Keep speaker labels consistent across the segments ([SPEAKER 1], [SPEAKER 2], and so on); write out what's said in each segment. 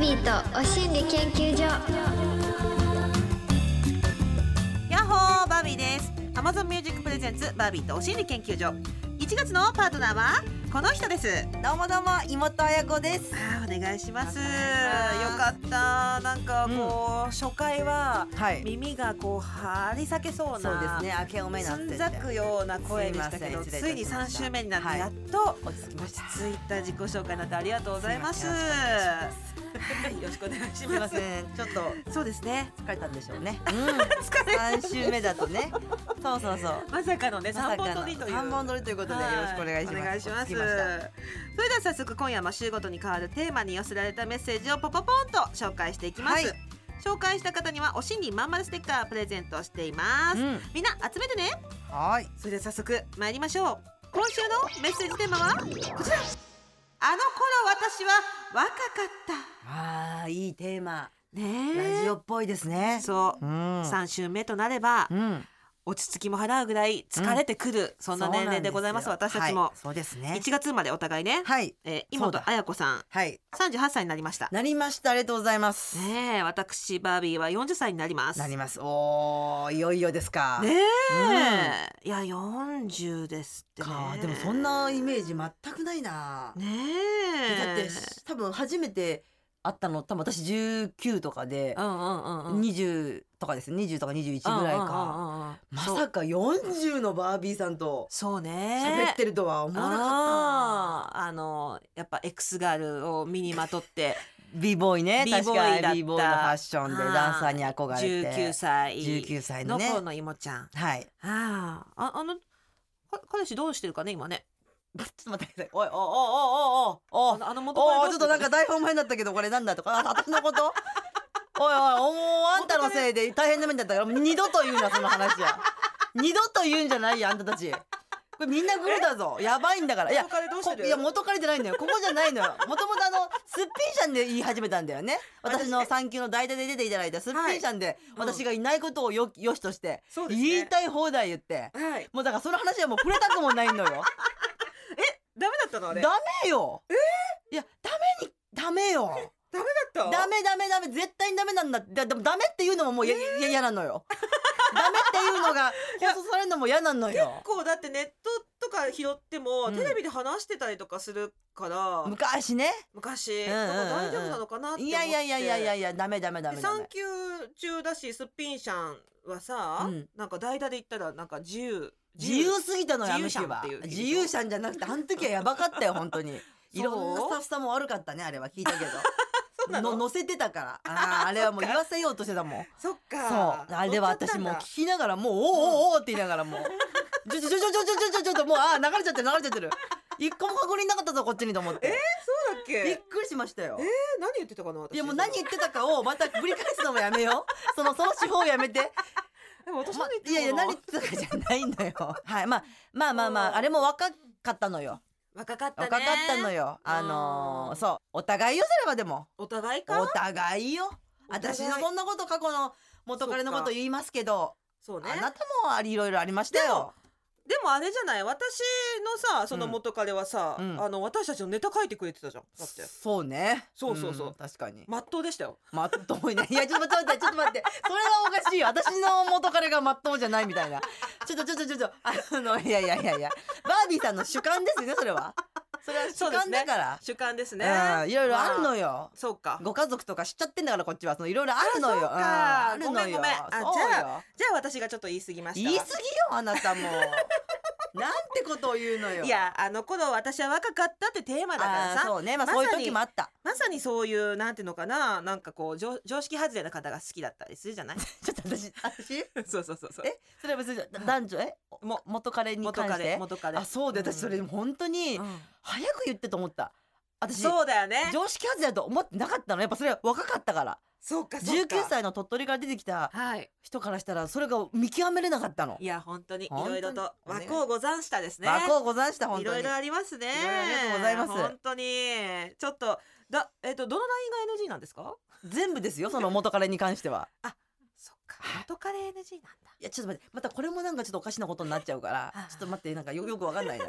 [SPEAKER 1] ビーとお心理研究所
[SPEAKER 2] ヤッホーバービーです Amazon Music Presents バービーとお心理研究所1月のパートナーはこの人です
[SPEAKER 3] どうもどうも妹彩子です。
[SPEAKER 2] あーお願いします
[SPEAKER 3] お
[SPEAKER 2] よ
[SPEAKER 3] 願
[SPEAKER 2] かったなんかこう、初回は
[SPEAKER 3] はい
[SPEAKER 2] 耳がこう張り裂けそう
[SPEAKER 3] そうです
[SPEAKER 2] な
[SPEAKER 3] ね。明けおめにな
[SPEAKER 2] つ
[SPEAKER 3] って
[SPEAKER 2] ん
[SPEAKER 3] て。
[SPEAKER 2] ざくような声でしたけ
[SPEAKER 3] すいま
[SPEAKER 2] ど
[SPEAKER 3] せん
[SPEAKER 2] ついに3週目になっ
[SPEAKER 3] は
[SPEAKER 2] て
[SPEAKER 3] い
[SPEAKER 2] やっと
[SPEAKER 3] 落ち着きま
[SPEAKER 2] 落
[SPEAKER 3] し
[SPEAKER 2] ち
[SPEAKER 3] た。
[SPEAKER 2] 着いた自己紹介になってありがとうございます。
[SPEAKER 3] すいま
[SPEAKER 2] はいよろしくお願いし
[SPEAKER 3] すい
[SPEAKER 2] ま。
[SPEAKER 3] ますせん。ちょっと
[SPEAKER 2] そうですね。
[SPEAKER 3] 疲れたんでしょうね。
[SPEAKER 2] 疲れ
[SPEAKER 3] 三週目だとね。そうそうそう。
[SPEAKER 2] まさかのね、
[SPEAKER 3] まさか
[SPEAKER 2] 三本
[SPEAKER 3] の
[SPEAKER 2] 取りという。
[SPEAKER 3] 三本取りということでよろしくお願いします。
[SPEAKER 2] はお願いしま
[SPEAKER 3] 落ち
[SPEAKER 2] す。
[SPEAKER 3] 着きした
[SPEAKER 2] それでは早速今夜も週ごとに変わるテーマに寄せられたメッセージをポポポンと紹介していきます。
[SPEAKER 3] はい
[SPEAKER 2] 紹介した方にはお心理まんまるステッカープレゼントしています。
[SPEAKER 3] うん
[SPEAKER 2] みんな集めてね。
[SPEAKER 3] はい。
[SPEAKER 2] それでは早速参りましょう。今週のメッセージテーマはこちら。あの頃私は若かっ
[SPEAKER 3] ああいいテーマ。
[SPEAKER 2] た。ねえ。
[SPEAKER 3] ラジオっぽいですね。
[SPEAKER 2] そう
[SPEAKER 3] う。ん。
[SPEAKER 2] 三週目となれば
[SPEAKER 3] うん。
[SPEAKER 2] 落ち着きも払うぐらい疲れてくる、そんな年齢でございます
[SPEAKER 3] そうなん
[SPEAKER 2] 私
[SPEAKER 3] すよ
[SPEAKER 2] たちも、
[SPEAKER 3] はいそうですね。
[SPEAKER 2] 1月生まれお互いね、
[SPEAKER 3] はい。
[SPEAKER 2] えー、
[SPEAKER 3] そう
[SPEAKER 2] 妹
[SPEAKER 3] だ
[SPEAKER 2] 彩子さん
[SPEAKER 3] はい。
[SPEAKER 2] 38歳になりました
[SPEAKER 3] なりました。ありがとうございます。
[SPEAKER 2] ねえ私バービーは40歳になります
[SPEAKER 3] なります。おおいよいよですか。
[SPEAKER 2] ねえ、いや40ですってね
[SPEAKER 3] かでもそんなイメージ全くないな、
[SPEAKER 2] ねえ
[SPEAKER 3] だって多分初めて会ったの多分私19とかで
[SPEAKER 2] う、んうんうんうん
[SPEAKER 3] 20とかですね20とか21ぐらいか、
[SPEAKER 2] か
[SPEAKER 3] まさか40のバービーさんと
[SPEAKER 2] そうね
[SPEAKER 3] 喋ってるとは思わなかったな、
[SPEAKER 2] あーあのやっぱ X ガールを身にまとって
[SPEAKER 3] ビーボーイね
[SPEAKER 2] B
[SPEAKER 3] 確
[SPEAKER 2] ボーイ
[SPEAKER 3] か
[SPEAKER 2] だった
[SPEAKER 3] にビーボーイのファッションで
[SPEAKER 2] はい
[SPEAKER 3] ダンサーに憧れて
[SPEAKER 2] 19歳
[SPEAKER 3] 19歳の
[SPEAKER 2] の
[SPEAKER 3] ね
[SPEAKER 2] 頃の妹ちゃん、
[SPEAKER 3] はい
[SPEAKER 2] ああああのか彼氏どうしてるかね今ね
[SPEAKER 3] ちょっと待ってくださいおいおいおいおいおいおい
[SPEAKER 2] あのあの元
[SPEAKER 3] お
[SPEAKER 2] 彼
[SPEAKER 3] おち
[SPEAKER 2] ど
[SPEAKER 3] ょっと
[SPEAKER 2] うしてる
[SPEAKER 3] なんか台本前になったけどこれなんだとかあ私のこと おいおいおおあんたのせいで大変な目になったからもう二度と言うなその話は二度と言うんじゃないよあんたたちこれみんなグルだぞやばいんだからいや
[SPEAKER 2] 元彼どうしてる
[SPEAKER 3] こいや元彼じゃないんだよここじゃないのよもともとあのすっぴんしゃんで言い始めたんだよね私の産休の代打で出ていただいたすっぴんしゃんで、
[SPEAKER 2] うん
[SPEAKER 3] 私がいないことをよよしとして、
[SPEAKER 2] そうですね
[SPEAKER 3] 言いたい放題言って
[SPEAKER 2] はい
[SPEAKER 3] もうだからその話はもう触れたくもないのよ
[SPEAKER 2] ダメだった のあれ
[SPEAKER 3] ダメよ。いや、ダメに、ダメよ。
[SPEAKER 2] だった
[SPEAKER 3] ダメダメダメ、絶対にダメなんだって、だでもダメっていうのももうや、いや嫌なのよ。 ダメっていうの が、放送されるのも嫌なのよ。
[SPEAKER 2] 結構だってネットとか拾っても、
[SPEAKER 3] うん
[SPEAKER 2] テレビで話してたりとかするから
[SPEAKER 3] 昔ね。
[SPEAKER 2] 昔、
[SPEAKER 3] うんうんうん
[SPEAKER 2] だから大丈夫なのかなって思って
[SPEAKER 3] いやいやいやいやいやいや、ダメダメダ
[SPEAKER 2] で
[SPEAKER 3] メダ
[SPEAKER 2] 産
[SPEAKER 3] メ。
[SPEAKER 2] 休中だしすっぴんしゃんはさ、
[SPEAKER 3] うん
[SPEAKER 2] なんか代打で言ったらなんか自由
[SPEAKER 3] 自由すぎたのよ、あ
[SPEAKER 2] 自
[SPEAKER 3] の日
[SPEAKER 2] 由シャン
[SPEAKER 3] は
[SPEAKER 2] っていう。
[SPEAKER 3] 自由シャンじゃなくて、あの時はやばかったよ、本当 に。いろんなスタッフさんも悪かったね、あれは聞いたけ
[SPEAKER 2] そうな
[SPEAKER 3] ど。
[SPEAKER 2] の
[SPEAKER 3] の乗せてたから。ああ、あれはもう言わせようとしてたもん。
[SPEAKER 2] そっか
[SPEAKER 3] そうあれは私もう聞きながらもう「おうおうおう」って言いながらもう「ちょちょちょちょちょちょちょちょともうあー流れちゃってる流れちゃってる一個も確認なかったぞこっちに」と思って
[SPEAKER 2] そうだっけ
[SPEAKER 3] び
[SPEAKER 2] え
[SPEAKER 3] っくりしましたよ
[SPEAKER 2] え何言ってたかな私
[SPEAKER 3] いやもう何言ってたかをまた繰り返すのもやめよ うそのその手法をやめて
[SPEAKER 2] でも私
[SPEAKER 3] ま
[SPEAKER 2] 何言って
[SPEAKER 3] いやいや
[SPEAKER 2] たか
[SPEAKER 3] 何
[SPEAKER 2] な
[SPEAKER 3] 言ってたかじゃないんだよ はいまあまあまあまああれも若かったのよ
[SPEAKER 2] 若かったね
[SPEAKER 3] 若かったのよあのーそうお互いよそれはでも
[SPEAKER 2] お互いか
[SPEAKER 3] お互いよ私のそんなこと過去の元彼のこと言いますけど
[SPEAKER 2] そうね
[SPEAKER 3] あなたもありいろいろありましたよ
[SPEAKER 2] でもあれじゃない私のさその元彼はさ、
[SPEAKER 3] うん
[SPEAKER 2] あの私たちのネタ書いてくれてたじゃんだって
[SPEAKER 3] そうね
[SPEAKER 2] そうそうそうん
[SPEAKER 3] 確かに
[SPEAKER 2] まっとうでしたよ
[SPEAKER 3] まっと ういねいやちょっと待ってちょっと待ってそれはおかしいよ私の元彼がまっとうじゃないみたいなちょっとちょっとちょっとあのいやいやいやいやバービーさんの主観ですよねそれはそれは主
[SPEAKER 2] そうです
[SPEAKER 3] 観
[SPEAKER 2] ね
[SPEAKER 3] だから
[SPEAKER 2] 主観ですね
[SPEAKER 3] うんいろいろあるの
[SPEAKER 2] よ
[SPEAKER 3] よ、
[SPEAKER 2] そうか
[SPEAKER 3] ご家族とか知っちゃってんだからこっちはそのいろいろあるのよ
[SPEAKER 2] あそうか
[SPEAKER 3] うんあるのよ
[SPEAKER 2] ごめんごめんあ
[SPEAKER 3] そうよ
[SPEAKER 2] じゃじゃあ私がちょっと言い過ぎました
[SPEAKER 3] 言い過ぎよあなたもなんてことを言うのよ
[SPEAKER 2] いやあの頃私は若かったってテーマだから
[SPEAKER 3] あー
[SPEAKER 2] さ
[SPEAKER 3] そうねまあ
[SPEAKER 2] ま
[SPEAKER 3] そ
[SPEAKER 2] さ
[SPEAKER 3] うい
[SPEAKER 2] に
[SPEAKER 3] う時もあった
[SPEAKER 2] まさにそういうなんていうのかななんかこう常常識外れな方が好きだったりするじゃない
[SPEAKER 3] ちょっと私私
[SPEAKER 2] そうそうそうそう
[SPEAKER 3] え それは別に男女えも元彼に
[SPEAKER 2] 元
[SPEAKER 3] 関して
[SPEAKER 2] 彼元彼
[SPEAKER 3] あそうで
[SPEAKER 2] うん
[SPEAKER 3] 私それ本当に
[SPEAKER 2] うん
[SPEAKER 3] 早く言ってと思った私
[SPEAKER 2] そうだよね
[SPEAKER 3] 常識外れだと思ってなかったのやっぱそれは若かったから
[SPEAKER 2] そうかそう
[SPEAKER 3] 19
[SPEAKER 2] か
[SPEAKER 3] 歳の鳥取から出てきた
[SPEAKER 2] はい
[SPEAKER 3] 人からしたらそれが見極めれなかったの
[SPEAKER 2] いや本当にい
[SPEAKER 3] 本当
[SPEAKER 2] ろ
[SPEAKER 3] に
[SPEAKER 2] いろと
[SPEAKER 3] お
[SPEAKER 2] 和
[SPEAKER 3] 願い
[SPEAKER 2] 光ござんしたですね
[SPEAKER 3] 和光ござんした本
[SPEAKER 2] い
[SPEAKER 3] 当
[SPEAKER 2] ろ
[SPEAKER 3] に
[SPEAKER 2] いろありますね。
[SPEAKER 3] いろいろありがとうございます
[SPEAKER 2] 本当にちょっとだえっ、とどのラインが NG なんですか？
[SPEAKER 3] 全部ですよその元彼に関しては
[SPEAKER 2] そっか元カレ NG なんだ。
[SPEAKER 3] いやちょっと待ってまたこれもなんかちょっとおかしなことになっちゃうからちょっと待ってなんかよよくわかんないな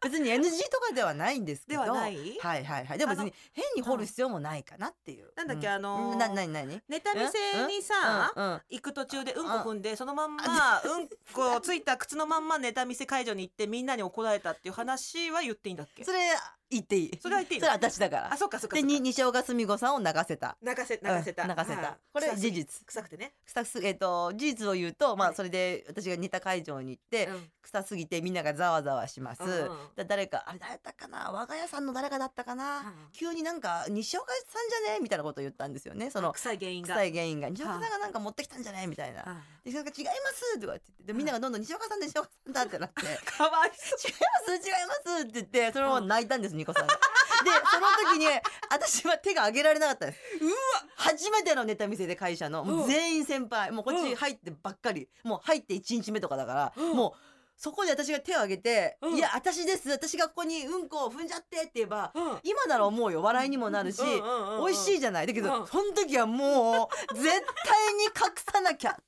[SPEAKER 3] 別に NG とかではないんですけど
[SPEAKER 2] ではない
[SPEAKER 3] はいはいはいでも別
[SPEAKER 2] あ
[SPEAKER 3] に変に掘る必要もないかなっていう
[SPEAKER 2] なんだっけ
[SPEAKER 3] う
[SPEAKER 2] あのー
[SPEAKER 3] ななになに
[SPEAKER 2] ネタ見せにさ、
[SPEAKER 3] うんうん
[SPEAKER 2] 行く途中でうんこ踏んでそのまんまうんこついた靴のまんまネタ見せ会場に行ってみんなに怒られたっていう話は言っていいんだっけ
[SPEAKER 3] それ言っていい
[SPEAKER 2] それは言っていい
[SPEAKER 3] そ
[SPEAKER 2] の
[SPEAKER 3] れ私だから
[SPEAKER 2] あそっかそっか
[SPEAKER 3] で
[SPEAKER 2] そっか
[SPEAKER 3] に西岡澄子さんを泣かせた
[SPEAKER 2] 泣かせ
[SPEAKER 3] うん
[SPEAKER 2] 泣かせた、
[SPEAKER 3] 泣かせた
[SPEAKER 2] はい
[SPEAKER 3] これ
[SPEAKER 2] 臭す
[SPEAKER 3] 事
[SPEAKER 2] ぎ
[SPEAKER 3] 実
[SPEAKER 2] 臭くてね、
[SPEAKER 3] 臭すえっ、と事実を言うとま
[SPEAKER 2] は
[SPEAKER 3] あ
[SPEAKER 2] い
[SPEAKER 3] それで私が似た会場に行って、
[SPEAKER 2] うん
[SPEAKER 3] 臭すぎてみんながざわざわします、
[SPEAKER 2] うんうん
[SPEAKER 3] だ誰かあれ誰だったかな我が家さんの誰かだったかな、
[SPEAKER 2] うん
[SPEAKER 3] 急になんか西岡さんじゃねみたいなことを言ったんですよねその
[SPEAKER 2] 臭い原因が
[SPEAKER 3] 臭い原因が西岡さんがなんか持ってきたんじゃねみたいな、
[SPEAKER 2] あ
[SPEAKER 3] でなんか違いますとかって言ってでみんながどんどん西岡さんで西岡さんだってなって違い
[SPEAKER 2] かわいそ
[SPEAKER 3] ます違いますって言ってそのまま泣いたんですニコさんが。でその時に私は手が挙げられなかったんです
[SPEAKER 2] うわ
[SPEAKER 3] 初めてのネタ見せで会社のもう全員先輩もうこっ
[SPEAKER 2] うん
[SPEAKER 3] ち入ってばっかりもう入って1日目とかだから
[SPEAKER 2] うん
[SPEAKER 3] もうそこで私が手を挙げて
[SPEAKER 2] う
[SPEAKER 3] 「
[SPEAKER 2] ん
[SPEAKER 3] いや私です私がここにうんこを踏んじゃって」って言えば
[SPEAKER 2] う、うん
[SPEAKER 3] 今なら思うよ笑いにもなるし
[SPEAKER 2] うんうんうんうん
[SPEAKER 3] 美味しいじゃないだけ
[SPEAKER 2] うん
[SPEAKER 3] どその時はもう絶対に隠さなきゃ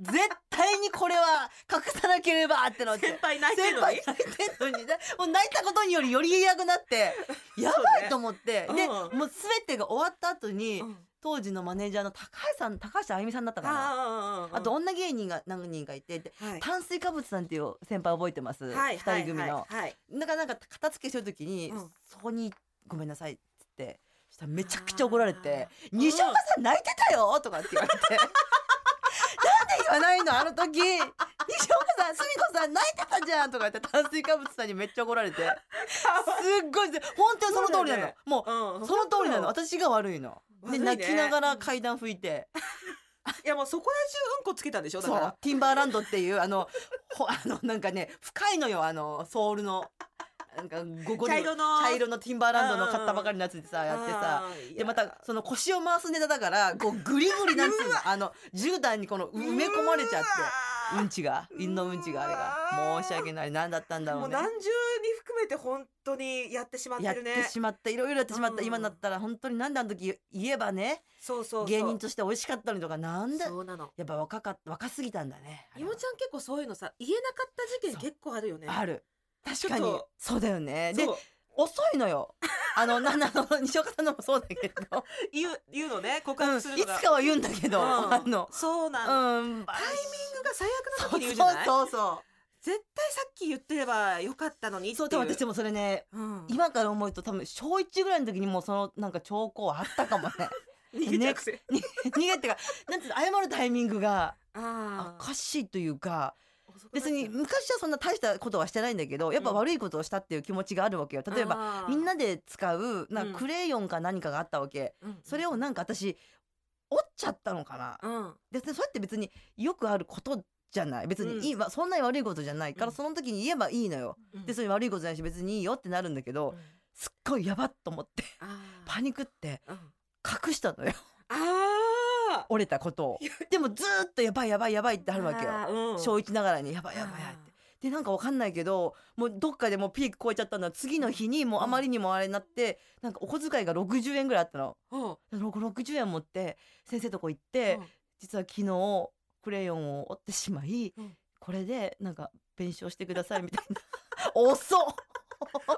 [SPEAKER 3] 絶対にこれは隠さなければってのって
[SPEAKER 2] 先輩泣いて
[SPEAKER 3] 先
[SPEAKER 2] るの
[SPEAKER 3] 輩
[SPEAKER 2] に
[SPEAKER 3] 泣いてんのにねもう泣いたことによりより嫌くな ってやばいと思って、
[SPEAKER 2] そうね
[SPEAKER 3] で、
[SPEAKER 2] うん
[SPEAKER 3] もう全てが終わった後に、
[SPEAKER 2] うん
[SPEAKER 3] 当時のマネージャーの高橋さん高橋あゆみさんだったかなあ
[SPEAKER 2] あ
[SPEAKER 3] と女芸人が何人かいてで
[SPEAKER 2] はい
[SPEAKER 3] 炭水化物さんっていう先輩覚えてます、二
[SPEAKER 2] はい
[SPEAKER 3] 人組の、
[SPEAKER 2] はいはい はい
[SPEAKER 3] なんかなんか片付けしてる時に、
[SPEAKER 2] うん
[SPEAKER 3] そこに「ごめんなさい」っつってそしたらめちゃくちゃ怒られて「
[SPEAKER 2] ー
[SPEAKER 3] 西岡さん泣いてたよ!」とかって言われ て「なんで言わないのあの時 西岡さんすみこさん泣いてたじゃん!」とか言って炭水化物さんにめっちゃ怒られてすっごい本当にその通りな
[SPEAKER 2] そうだよ
[SPEAKER 3] の
[SPEAKER 2] ね
[SPEAKER 3] も
[SPEAKER 2] うん
[SPEAKER 3] うその通りなの
[SPEAKER 2] 本
[SPEAKER 3] 私が悪いの。
[SPEAKER 2] 悪
[SPEAKER 3] で
[SPEAKER 2] いね
[SPEAKER 3] 泣きながら階段拭いて
[SPEAKER 2] 当よいやもうそこら中うんこつけたんでしょだ
[SPEAKER 3] そ
[SPEAKER 2] から
[SPEAKER 3] うティンバーランドっていうあのほ あのなんかね深いのよあのソールのなんかゴゴリ
[SPEAKER 2] 茶色の
[SPEAKER 3] 茶色のティンバーランドの買ったばかりのやつでさやってさ
[SPEAKER 2] あーいや
[SPEAKER 3] でまたその腰を回すネタだからこうグリグリなんつうのあの絨毯にこの埋め込まれちゃって
[SPEAKER 2] うわー
[SPEAKER 3] うんちが陰のうんちが
[SPEAKER 2] う
[SPEAKER 3] あれ
[SPEAKER 2] わー
[SPEAKER 3] が申し訳ない何だったんだろ
[SPEAKER 2] も
[SPEAKER 3] う
[SPEAKER 2] う
[SPEAKER 3] ね
[SPEAKER 2] 何重に含めて本当にやってしまって
[SPEAKER 3] やっ
[SPEAKER 2] るね
[SPEAKER 3] てしまったいろいろやってしまった
[SPEAKER 2] うん
[SPEAKER 3] 今だったら本当に何であの時言えばね
[SPEAKER 2] そうそうそう
[SPEAKER 3] 芸人として美味しかったのにとかなんでや
[SPEAKER 2] そうなの
[SPEAKER 3] っぱ若かった若すぎたんだねあ
[SPEAKER 2] い
[SPEAKER 3] れ
[SPEAKER 2] も
[SPEAKER 3] は
[SPEAKER 2] ちゃん結構そういうのさ言えなかった事件
[SPEAKER 3] そう
[SPEAKER 2] 結構あるよね
[SPEAKER 3] ある確か
[SPEAKER 2] ち
[SPEAKER 3] に
[SPEAKER 2] ょっと
[SPEAKER 3] そうだよねで
[SPEAKER 2] そう
[SPEAKER 3] 遅いのよあの ななの西岡さんのもそうだけど
[SPEAKER 2] 言う言うのね告
[SPEAKER 3] うん
[SPEAKER 2] 白
[SPEAKER 3] いつ
[SPEAKER 2] するのが、
[SPEAKER 3] かは言うんだけど、
[SPEAKER 2] うん
[SPEAKER 3] あの
[SPEAKER 2] そうなの、
[SPEAKER 3] うん
[SPEAKER 2] タイミングが最悪な
[SPEAKER 3] そ
[SPEAKER 2] 時
[SPEAKER 3] う
[SPEAKER 2] に言うじゃない
[SPEAKER 3] そうそう
[SPEAKER 2] 絶対さっき言ってればよかったのにってい
[SPEAKER 3] そうでも私もそれね
[SPEAKER 2] うん、
[SPEAKER 3] 今から思うと多分小一ぐらいの時にもうそのなんか兆候あったかもね
[SPEAKER 2] 逃げちゃうくせ、
[SPEAKER 3] に逃げってかなんていうの謝るタイミングが
[SPEAKER 2] あ
[SPEAKER 3] お
[SPEAKER 2] ー
[SPEAKER 3] かしいというか
[SPEAKER 2] 遅くなっ
[SPEAKER 3] 別
[SPEAKER 2] ちゃう
[SPEAKER 3] に昔はそんな大したことはしてないんだけどやっぱ悪いことをしたっていう気持ちがあるわけよ例えば
[SPEAKER 2] ば
[SPEAKER 3] みん、なで使うなん
[SPEAKER 2] うん
[SPEAKER 3] かクレヨンか何かがあったわけ、
[SPEAKER 2] うん
[SPEAKER 3] それをなんか私折っちゃったのかな
[SPEAKER 2] うん
[SPEAKER 3] でそれって別によくあることじゃない別
[SPEAKER 2] うん
[SPEAKER 3] にいい、まあそんなに悪いことじゃないから、
[SPEAKER 2] うん
[SPEAKER 3] その時に言えばいいのよ、
[SPEAKER 2] うん
[SPEAKER 3] でそれ悪いことじゃないし別にいいよってなるんだけど、
[SPEAKER 2] うん
[SPEAKER 3] すっごいやばっと思って
[SPEAKER 2] あー
[SPEAKER 3] パニックって
[SPEAKER 2] うん
[SPEAKER 3] 隠した のよ
[SPEAKER 2] あ
[SPEAKER 3] 折れたことを
[SPEAKER 2] いや
[SPEAKER 3] でもずーっとやばいやばいやばいって
[SPEAKER 2] ー
[SPEAKER 3] あるわけよ
[SPEAKER 2] あーうん
[SPEAKER 3] 小一ながらにやばいやばいやばいってでなんかわかんないけどもうどっかでもうピーク超えちゃったんだ次の日にもうあまりにもあれになってなんかお小遣いが60円ぐらいあったの
[SPEAKER 2] あーうん
[SPEAKER 3] ろく60円持って先生とこ行って、
[SPEAKER 2] うん
[SPEAKER 3] 実は昨日クレヨンを折ってしまい、
[SPEAKER 2] うん
[SPEAKER 3] これでなんか弁償してくださいみたいな 遅っ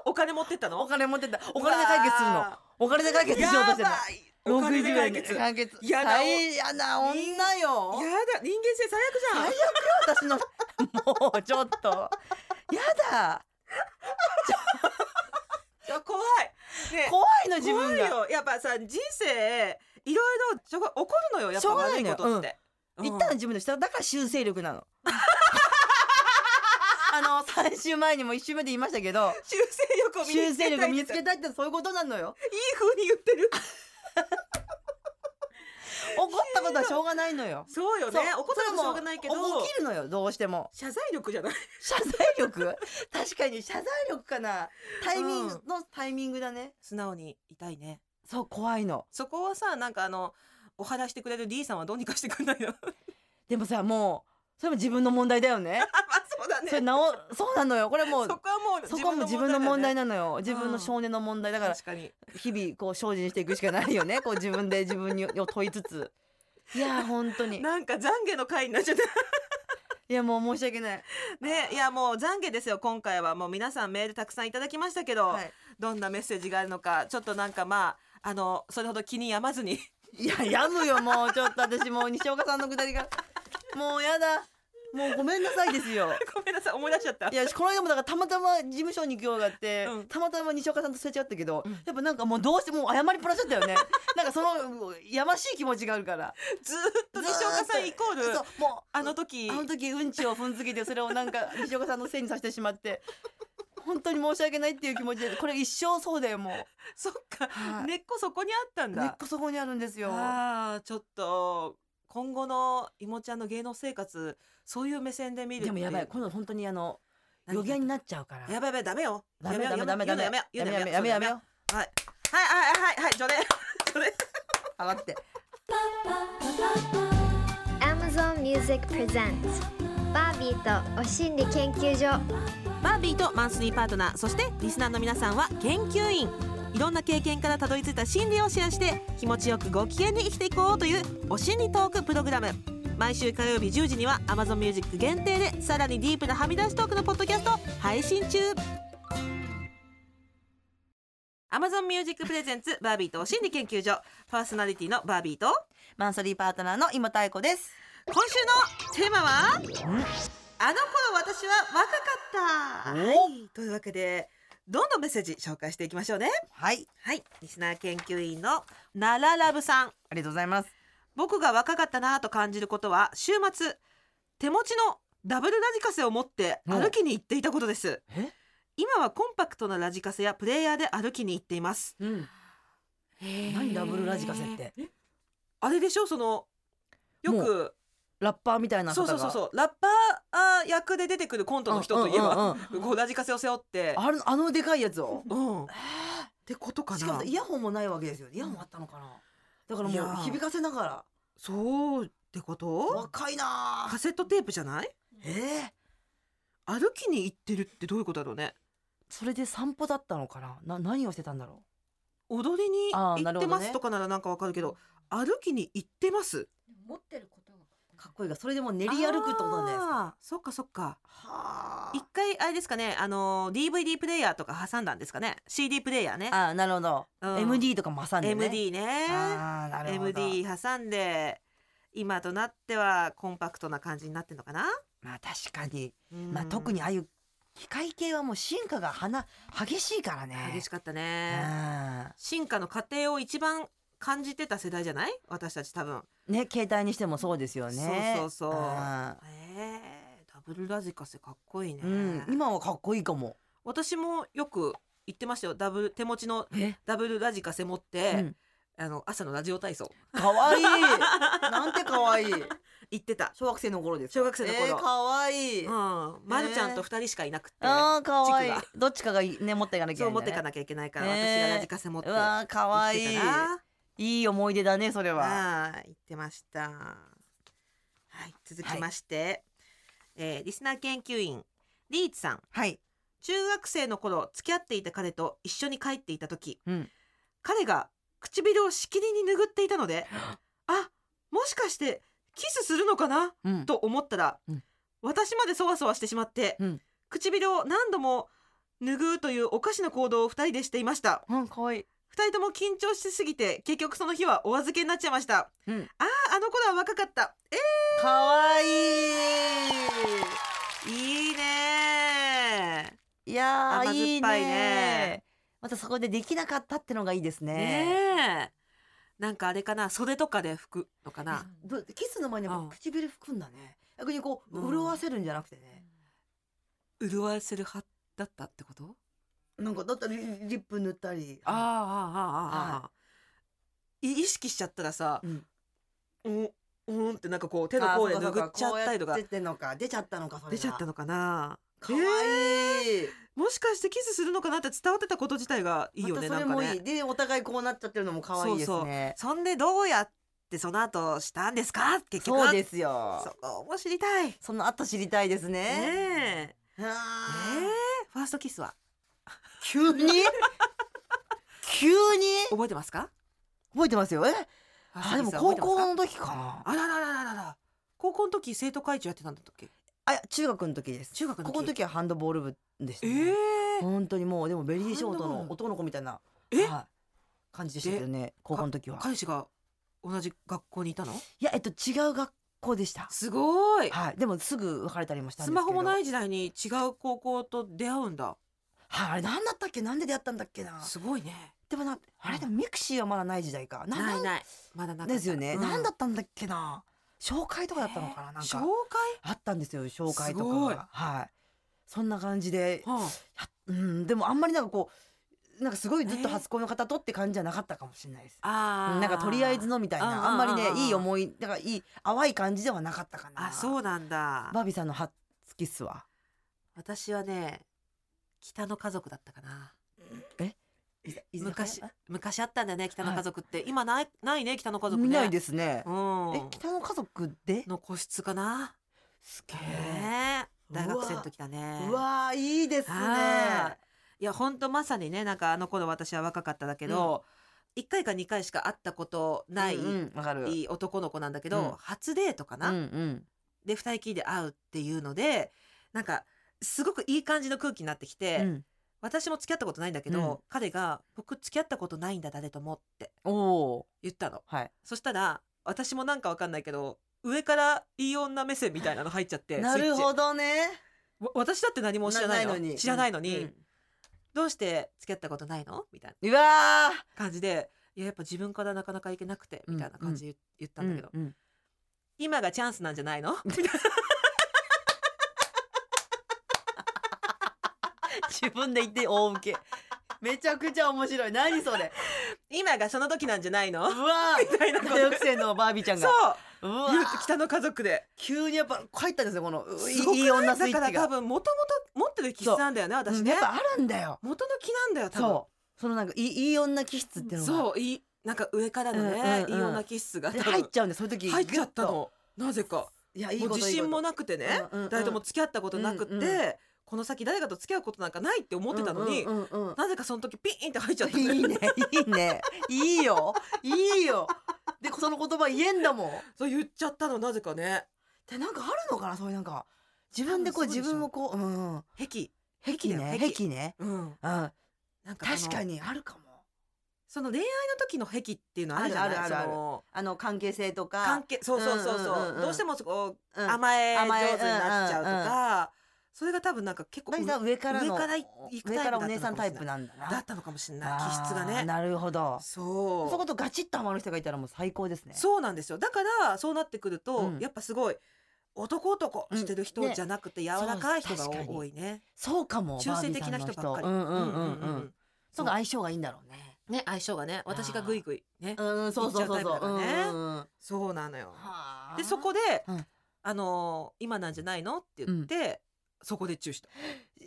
[SPEAKER 2] お金持ってったの
[SPEAKER 3] お金持ってたお金で解決するのお金で解決しようとしてる
[SPEAKER 2] やばいお金で解決
[SPEAKER 3] 60円で
[SPEAKER 2] やだ
[SPEAKER 3] 解決
[SPEAKER 2] 嫌な
[SPEAKER 3] 最嫌な女よ
[SPEAKER 2] 人間性最
[SPEAKER 3] 最
[SPEAKER 2] 悪
[SPEAKER 3] 悪よ私のもうちょっとやだ
[SPEAKER 2] じゃん怖いね
[SPEAKER 3] 怖いの 自分
[SPEAKER 2] 怖い
[SPEAKER 3] が
[SPEAKER 2] よやっぱさ人生いろいろしょうが起こるのよやっ
[SPEAKER 3] し
[SPEAKER 2] ぱ
[SPEAKER 3] ょうがな
[SPEAKER 2] 悪
[SPEAKER 3] い
[SPEAKER 2] い
[SPEAKER 3] の
[SPEAKER 2] こ
[SPEAKER 3] よ
[SPEAKER 2] とって
[SPEAKER 3] 一旦の自分でしただから修正力な のあの3週前にも1週目で言いましたけど
[SPEAKER 2] 修正力を身
[SPEAKER 3] 修
[SPEAKER 2] につ
[SPEAKER 3] 正
[SPEAKER 2] け
[SPEAKER 3] 力
[SPEAKER 2] たい
[SPEAKER 3] 見
[SPEAKER 2] っ
[SPEAKER 3] つ
[SPEAKER 2] て
[SPEAKER 3] け
[SPEAKER 2] いい
[SPEAKER 3] たいってそういうことなのよ
[SPEAKER 2] 風に言ってる
[SPEAKER 3] 怒ったことはしょうがないのよ
[SPEAKER 2] そうよね
[SPEAKER 3] そう
[SPEAKER 2] 怒ったらしょうがないけど
[SPEAKER 3] それも起きるのよどうして も
[SPEAKER 2] 謝罪力じゃない
[SPEAKER 3] 謝罪力確かに謝罪力かなタイミング
[SPEAKER 2] う
[SPEAKER 3] のタイミングだね
[SPEAKER 2] 素直に痛いね
[SPEAKER 3] そう怖いの
[SPEAKER 2] そこはさなんかあのお話してくれる D さんはどうにかしてくん ないの
[SPEAKER 3] でもさもうそれも自分の問題だよ ね
[SPEAKER 2] あまあそうだね
[SPEAKER 3] それなおそうなのよこれも
[SPEAKER 2] そうこはもう
[SPEAKER 3] そこはもう自分の問題
[SPEAKER 2] だよ
[SPEAKER 3] な
[SPEAKER 2] ね
[SPEAKER 3] のよ自分の少年の問題だから
[SPEAKER 2] 確かに
[SPEAKER 3] 日々こう精進していくしかないよねこう自分で自分にを問いつついやー本当に
[SPEAKER 2] なんか懺悔の回になっちゃった
[SPEAKER 3] いやもう申し訳ない。
[SPEAKER 2] ねいやもう懺悔ですよ今回はもう皆さんメールたくさんいただきましたけど、
[SPEAKER 3] はい
[SPEAKER 2] どんなメッセージがあるのかちょっとなんかまああのそれほど気に病まずに
[SPEAKER 3] いや、やむよ、もう、ちょっと私、もう、西岡さんのくだりが。もう、やだ。もう、ごめんなさいですよ。
[SPEAKER 2] ごめんなさい思い出しちゃった
[SPEAKER 3] いや、この間も、だから、たまたま事務所に行く用があって、
[SPEAKER 2] うん
[SPEAKER 3] たまたま西岡さんとすれ違ったけど、
[SPEAKER 2] うん
[SPEAKER 3] やっぱなんかもう、どうしてもう謝りっぱなしだったよね。なんか、その、やましい気持ちがあるから。
[SPEAKER 2] ずーっと西岡さんイコール
[SPEAKER 3] そう、もう、
[SPEAKER 2] あの時
[SPEAKER 3] あの時、うんちを踏んづけて、それをなんか、西岡さんのせいにさせてしまって、本当に申し訳ないっていう気持ちで、これ一生そうだよ、もう。
[SPEAKER 2] そっか
[SPEAKER 3] はい
[SPEAKER 2] 根っこそこにあったん
[SPEAKER 3] 根っ
[SPEAKER 2] だ
[SPEAKER 3] こそこにあるんですよ。
[SPEAKER 2] あーちょっと今後のいもちゃんの芸能生活そういう目線で見るって
[SPEAKER 3] でもやばい、今度本当にあの、
[SPEAKER 2] 何
[SPEAKER 3] 予言になっちゃうから。
[SPEAKER 2] やばいやばいダメよ
[SPEAKER 3] ダメダメダメダメ
[SPEAKER 2] やめよう
[SPEAKER 3] ダメ
[SPEAKER 2] や
[SPEAKER 3] ダメダ
[SPEAKER 2] めよう
[SPEAKER 3] メダ
[SPEAKER 2] や
[SPEAKER 3] メ
[SPEAKER 2] めようやめようやめよ
[SPEAKER 3] よ
[SPEAKER 2] うはいはいはいはいはい除霊除霊
[SPEAKER 3] 上がって。
[SPEAKER 1] Amazon Music Presents バービーとお心理研究所
[SPEAKER 2] バービーとマンスリーパートナーそしてリスナーの皆さんは研究員いろんな経験からたどり着いた心理をシェアして気持ちよくご機嫌に生きていこうというお心理トークプログラム毎週火曜日10時には Amazon Music 限定でさらにディープなはみ出しトークのポッドキャストを配信中 Amazon Music プレゼンツバービーとお心理研究所パーソナリティのバービーと
[SPEAKER 3] マンスリーパートナーの今太子です。
[SPEAKER 2] 今週のテーマはあの頃私は若かった、
[SPEAKER 3] お
[SPEAKER 2] はい、というわけでどんどんメッセージ紹介していきましょうね
[SPEAKER 3] はい、
[SPEAKER 2] はいリスナー研究員のナララブさん
[SPEAKER 3] ありがとうございます。
[SPEAKER 2] 僕が若かったなぁと感じることは週末手持ちのダブルラジカセを持って歩きに行っていたことです
[SPEAKER 3] え、
[SPEAKER 2] 今はコンパクトなラジカセやプレイヤーで歩きに行っています
[SPEAKER 3] うん、何ダブルラジカセって
[SPEAKER 2] えあれでしょそのよ
[SPEAKER 3] も
[SPEAKER 2] く
[SPEAKER 3] ラッパーみたいな方
[SPEAKER 2] そう
[SPEAKER 3] が。
[SPEAKER 2] そうそう
[SPEAKER 3] う。
[SPEAKER 2] そうラッパーあー役で出てくるコントの人といえば、
[SPEAKER 3] ば、
[SPEAKER 2] こうラジカセを背負って
[SPEAKER 3] あのあのでかいやつを。
[SPEAKER 2] うん、ってことか
[SPEAKER 3] しかも
[SPEAKER 2] な
[SPEAKER 3] さイヤホンもないわけですよ。イヤホンあったのかな。だから
[SPEAKER 2] いや
[SPEAKER 3] も
[SPEAKER 2] ー
[SPEAKER 3] う響かせながら。
[SPEAKER 2] そうってこと
[SPEAKER 3] 若いな
[SPEAKER 2] カ
[SPEAKER 3] ー。
[SPEAKER 2] セットテープじゃない
[SPEAKER 3] えー、
[SPEAKER 2] 歩きに行ってるってどういうことだろうね
[SPEAKER 3] それで散歩だったのかな。な何をしてたんだろ
[SPEAKER 2] 踊りに
[SPEAKER 3] あー
[SPEAKER 2] 行
[SPEAKER 3] な
[SPEAKER 2] っ
[SPEAKER 3] る
[SPEAKER 2] て
[SPEAKER 3] ほ
[SPEAKER 2] ま
[SPEAKER 3] ど
[SPEAKER 2] す
[SPEAKER 3] ね
[SPEAKER 2] とかならなんかわかるけど歩きに行ってます
[SPEAKER 4] 持ってることが
[SPEAKER 3] う。かっこいいが、それでもう練り歩くってことなんじゃないですか。
[SPEAKER 2] あーそっかそっか
[SPEAKER 3] は
[SPEAKER 2] 一回あれですかねあのー DVD プレイヤーとか挟んだんですかね CD プレイヤーね、
[SPEAKER 3] あー、なるほど。
[SPEAKER 2] うん
[SPEAKER 3] MD とかも挟んでね。
[SPEAKER 2] MD ね
[SPEAKER 3] あーなるほど
[SPEAKER 2] MD 挟んで今となってはコンパクトな感じになってんのかな、
[SPEAKER 3] まあ確かに、ま
[SPEAKER 2] ま
[SPEAKER 3] あ、特にああいう機械系はもう進化が花激しいからね。
[SPEAKER 2] 激しかった
[SPEAKER 3] う
[SPEAKER 2] ね
[SPEAKER 3] ん
[SPEAKER 2] 進化の過程を一番感じてた世代じゃない私たち多分
[SPEAKER 3] ね携帯にしてもそうですよね。
[SPEAKER 2] そうそうそうんえー、ダブルラジカセかっこいいね、
[SPEAKER 3] うん、今はかっこいいかも。
[SPEAKER 2] 私もよく言ってましたよダブル手持ちの
[SPEAKER 3] え、
[SPEAKER 2] ダブルラジカセ持って、
[SPEAKER 3] うん、
[SPEAKER 2] あの朝のラジオ体操
[SPEAKER 3] かわ いい。なんてかわいい。
[SPEAKER 2] 行ってた、
[SPEAKER 3] 小学生の頃ですか。
[SPEAKER 2] 小学生の頃
[SPEAKER 3] えー、かわいい。
[SPEAKER 2] うん、まるちゃんと二人しかいなくて、
[SPEAKER 3] ああ、かわいい
[SPEAKER 2] 地区。
[SPEAKER 3] どっちかがいね、持っていかなきゃ
[SPEAKER 2] そう持ってか
[SPEAKER 3] な
[SPEAKER 2] なきゃいけないから、
[SPEAKER 3] ね
[SPEAKER 2] 私がラジカセ持って
[SPEAKER 3] うわー、かわい
[SPEAKER 2] 行っ
[SPEAKER 3] い
[SPEAKER 2] て。たない
[SPEAKER 3] い思い出だね、それは。
[SPEAKER 2] はい、言ってました。はい、続きまして、えーリスナー研究員リーチさん、
[SPEAKER 3] はい。
[SPEAKER 2] 中学生の頃付き合っていた彼と一緒に帰っていた時、
[SPEAKER 3] うん
[SPEAKER 2] 彼が唇をしきりに拭っていた ので、あ、もしかしてキスするのかな
[SPEAKER 3] うん。
[SPEAKER 2] と思ったら、
[SPEAKER 3] うん
[SPEAKER 2] 私までそわそわしてしまって、
[SPEAKER 3] うん
[SPEAKER 2] 唇を何度も拭うというおかしな行動を二人でしていました。
[SPEAKER 3] うん、かわいい。
[SPEAKER 2] 二人とも緊張しすぎて結局その日はお預けになっちゃいました、
[SPEAKER 3] うん
[SPEAKER 2] あああの頃は若かったえ
[SPEAKER 3] かわいい。
[SPEAKER 2] いいね
[SPEAKER 3] いや
[SPEAKER 2] 甘
[SPEAKER 3] ー
[SPEAKER 2] 酸
[SPEAKER 3] い
[SPEAKER 2] っ
[SPEAKER 3] い
[SPEAKER 2] ぱいね
[SPEAKER 3] ねまたそこでできなかったってのがいいです
[SPEAKER 2] ー
[SPEAKER 3] ね。
[SPEAKER 2] ねえなんかあれかな袖とかで拭くのかな、
[SPEAKER 3] どキスの前にやっぱ
[SPEAKER 2] うん
[SPEAKER 3] 唇拭くんだね。逆にこ
[SPEAKER 2] うん
[SPEAKER 3] う潤わせるんじゃなくてね。
[SPEAKER 2] 潤わせる派だったってこと
[SPEAKER 3] なんかだったらリリップ塗ったり。
[SPEAKER 2] ああああああああい意識しちゃったらさ
[SPEAKER 3] うん。
[SPEAKER 2] うんうんってなんかこう手の甲で
[SPEAKER 3] あそう
[SPEAKER 2] 拭
[SPEAKER 3] か
[SPEAKER 2] っちゃったりとか
[SPEAKER 3] そうこうやってってんのか出ちゃったのかそれが
[SPEAKER 2] 出ちゃったのかな
[SPEAKER 3] かわいい。
[SPEAKER 2] もしかしてキスするのかなって伝わってたこと自体がいいよね
[SPEAKER 3] また
[SPEAKER 2] な
[SPEAKER 3] それ
[SPEAKER 2] んか
[SPEAKER 3] も
[SPEAKER 2] ね
[SPEAKER 3] いい。でお互いこうなっちゃってるのも可愛いですね。
[SPEAKER 2] そんでどうやってその後したんですか結局
[SPEAKER 3] そうですすよ。
[SPEAKER 2] そこも知りたいね
[SPEAKER 3] その後知りたいです
[SPEAKER 2] え
[SPEAKER 3] ね。
[SPEAKER 2] ね
[SPEAKER 3] ね
[SPEAKER 2] えファーストキスは
[SPEAKER 3] 急 に急に
[SPEAKER 2] 覚えてますか
[SPEAKER 3] 覚えてますよ。え
[SPEAKER 2] ファー
[SPEAKER 3] あ
[SPEAKER 2] スト
[SPEAKER 3] でも
[SPEAKER 2] キス
[SPEAKER 3] 高
[SPEAKER 2] は覚えてますか
[SPEAKER 3] 校の時かな。
[SPEAKER 2] あらららららら高校の時生徒会長やってたんだっけ
[SPEAKER 3] あいや中学の時です
[SPEAKER 2] 中学の時
[SPEAKER 3] ここの時はハンドボール部でした
[SPEAKER 2] え
[SPEAKER 3] ね、
[SPEAKER 2] ー、
[SPEAKER 3] 本当にもうでもベリーショート
[SPEAKER 2] ハンドボー
[SPEAKER 3] の
[SPEAKER 2] ル
[SPEAKER 3] 男の子みたいな、
[SPEAKER 2] え
[SPEAKER 3] はい感じでしたけどね高校の時は
[SPEAKER 2] 彼氏が同じ学校にいたの
[SPEAKER 3] いやえっと違う学校でした
[SPEAKER 2] すごい
[SPEAKER 3] はいでもすぐ別れたりもしたんです
[SPEAKER 2] ス
[SPEAKER 3] けど
[SPEAKER 2] マホもないい時代に違う高校と出会うんだ
[SPEAKER 3] はいあれ何だったっけなんで出会ったんだっけな
[SPEAKER 2] すごいね
[SPEAKER 3] でもなあれでもミクシーはまだない時代かな
[SPEAKER 2] ない
[SPEAKER 3] い
[SPEAKER 2] ないまだなかった
[SPEAKER 3] ですよね、
[SPEAKER 2] う
[SPEAKER 3] なんだったんだっけな紹介とかだったのかななん
[SPEAKER 2] 紹
[SPEAKER 3] かあったんですよ紹介と
[SPEAKER 2] すごい
[SPEAKER 3] かがはいそんな感じで
[SPEAKER 2] 介、はあ
[SPEAKER 3] うん、でもあんまりなんかこうなんかすごいずっと初恋の方とって感じじゃなかったかもしれないです、
[SPEAKER 2] あー
[SPEAKER 3] なんかとりあえずのみたいなあんまり
[SPEAKER 2] うんうんうんう
[SPEAKER 3] ね
[SPEAKER 2] ん
[SPEAKER 3] いい思いだからいい淡い感じではなかったかな
[SPEAKER 2] あそうなんだ
[SPEAKER 3] バービーさんの初キスは
[SPEAKER 2] 私はね北の家族だったかな昔昔あったんだよね北の家族って、今ないないね北の家族ね
[SPEAKER 3] 見ないですすね
[SPEAKER 2] う、ん
[SPEAKER 3] え北の家族です
[SPEAKER 2] の個室かな
[SPEAKER 3] すげえ、
[SPEAKER 2] ねえ大学生の時だね
[SPEAKER 3] うわーいいですね
[SPEAKER 2] はいいやほんとまさにねなんかあの頃私は若かっただけど、一1回か2回しか会ったことない、
[SPEAKER 3] うんうんわかる
[SPEAKER 2] いい男の子なんだけど、
[SPEAKER 3] うん
[SPEAKER 2] 初デートかな、
[SPEAKER 3] うんうん
[SPEAKER 2] で2人きりで会うっていうのでなんかすごくいい感じの空気になってきて、
[SPEAKER 3] うん
[SPEAKER 2] 私も付き合ったことないんだけど、
[SPEAKER 3] うん
[SPEAKER 2] 彼が「僕付き合ったことないんだ誰とも」って
[SPEAKER 3] おお
[SPEAKER 2] 言ったの
[SPEAKER 3] はい
[SPEAKER 2] そしたら私もなんかわかんないけど上からいい女目線みたいなの入っちゃって
[SPEAKER 3] なる
[SPEAKER 2] スイッ
[SPEAKER 3] ほどね
[SPEAKER 2] チわ私だって何も知らないの知らないのに、
[SPEAKER 3] うん
[SPEAKER 2] どうして付き合ったことないのみたいな
[SPEAKER 3] うんうわ
[SPEAKER 2] 感じでいややっぱ自分からなかなかいけなくてみたいな感じで言っ
[SPEAKER 3] ー
[SPEAKER 2] たんだけど、
[SPEAKER 3] うんうん
[SPEAKER 2] 今がチャンスなんじゃないのみたいな
[SPEAKER 3] 自分で言って大受けめちゃくちゃ面白い何それ
[SPEAKER 2] 今がその時なんじゃないうの
[SPEAKER 3] わ
[SPEAKER 2] みたいなこと
[SPEAKER 3] 大学生のバービーちゃん
[SPEAKER 2] そ
[SPEAKER 3] が
[SPEAKER 2] う
[SPEAKER 3] うわ
[SPEAKER 2] 言う北の家族で
[SPEAKER 3] 急にやっぱ入ったんですよこのう
[SPEAKER 2] すごくない
[SPEAKER 3] いい女スイッチ
[SPEAKER 2] だ
[SPEAKER 3] が
[SPEAKER 2] から多分もともと持ってる気質なんだよね私
[SPEAKER 3] うん
[SPEAKER 2] ね、
[SPEAKER 3] やっぱあるんだよ
[SPEAKER 2] 元の気なんだよ多分
[SPEAKER 3] そうそのなんかいいいい女気質っていうのが
[SPEAKER 2] そういいなんか上からの
[SPEAKER 3] うん
[SPEAKER 2] ね、
[SPEAKER 3] うんうん
[SPEAKER 2] いい女気質が
[SPEAKER 3] で
[SPEAKER 2] 多分
[SPEAKER 3] 入っちゃうんでそういう時
[SPEAKER 2] 入っちゃった
[SPEAKER 3] グッと
[SPEAKER 2] のなぜか
[SPEAKER 3] いやいい
[SPEAKER 2] も
[SPEAKER 3] こ
[SPEAKER 2] う
[SPEAKER 3] と
[SPEAKER 2] 自信もなくてね、
[SPEAKER 3] うんうんうん
[SPEAKER 2] 誰とも付き合ったことなくって、
[SPEAKER 3] うんうん
[SPEAKER 2] この先誰かと付き合うことなんかないって思ってたのに、
[SPEAKER 3] うんうんうんうん
[SPEAKER 2] なぜかその時ピーンって入っちゃったの
[SPEAKER 3] いいねいいねいいよいいよでその言葉言えんだもん
[SPEAKER 2] そう言っちゃったのなぜかね
[SPEAKER 3] でなんかあるのかなそういうなんか自分でこう
[SPEAKER 2] 多分
[SPEAKER 3] 自
[SPEAKER 2] そうでしょ
[SPEAKER 3] 分をこううん
[SPEAKER 2] 癖
[SPEAKER 3] 癖
[SPEAKER 2] だよ
[SPEAKER 3] ね
[SPEAKER 2] 癖
[SPEAKER 3] 癖ね
[SPEAKER 2] うん
[SPEAKER 3] うん
[SPEAKER 2] なんかあの
[SPEAKER 3] 確かにあるかも
[SPEAKER 2] その恋愛の時の癖っていうのあるじゃない
[SPEAKER 3] あるあるある
[SPEAKER 2] その
[SPEAKER 3] あの関係性とか
[SPEAKER 2] 関係そうそうそ
[SPEAKER 3] う
[SPEAKER 2] うそう,、
[SPEAKER 3] んうんうんうん
[SPEAKER 2] どうしてもそこ
[SPEAKER 3] うん
[SPEAKER 2] 甘え上手
[SPEAKER 3] 甘え
[SPEAKER 2] になっちゃうと
[SPEAKER 3] うんうんうん
[SPEAKER 2] か、それが多分なんか結構
[SPEAKER 3] バリさん上からの
[SPEAKER 2] 上から行くタイプ
[SPEAKER 3] 上からお姉さん
[SPEAKER 2] だ
[SPEAKER 3] タ
[SPEAKER 2] った
[SPEAKER 3] イ
[SPEAKER 2] のかもしれない
[SPEAKER 3] プなんだな
[SPEAKER 2] だったのかもしれない
[SPEAKER 3] あー
[SPEAKER 2] 気質がね
[SPEAKER 3] なるほど
[SPEAKER 2] そ
[SPEAKER 3] そうこ、とガチッとハマる人がいたらもう最高ですね
[SPEAKER 2] そうなんですよだからそうなってくると、
[SPEAKER 3] うん
[SPEAKER 2] やっぱすごい男男してる
[SPEAKER 3] うん
[SPEAKER 2] 人
[SPEAKER 3] ね
[SPEAKER 2] じゃなくて柔らかい人が
[SPEAKER 3] そう確かに
[SPEAKER 2] 多いね
[SPEAKER 3] そうかも
[SPEAKER 2] 中性的な人ばっ
[SPEAKER 3] バー
[SPEAKER 2] かり
[SPEAKER 3] ビーさんの人うんうんうん
[SPEAKER 2] う
[SPEAKER 3] うん
[SPEAKER 2] うんん
[SPEAKER 3] そうか相性がいいんだろうね
[SPEAKER 2] ね相性がね私がグイグイね
[SPEAKER 3] うんそうそうそう
[SPEAKER 2] いっち
[SPEAKER 3] そう
[SPEAKER 2] ゃタイプだ
[SPEAKER 3] う
[SPEAKER 2] からね
[SPEAKER 3] んうんうん
[SPEAKER 2] そうなのよ
[SPEAKER 3] はあ
[SPEAKER 2] でそこで、
[SPEAKER 3] うん
[SPEAKER 2] あのー今なんじゃないの?」って言って、そこでチューした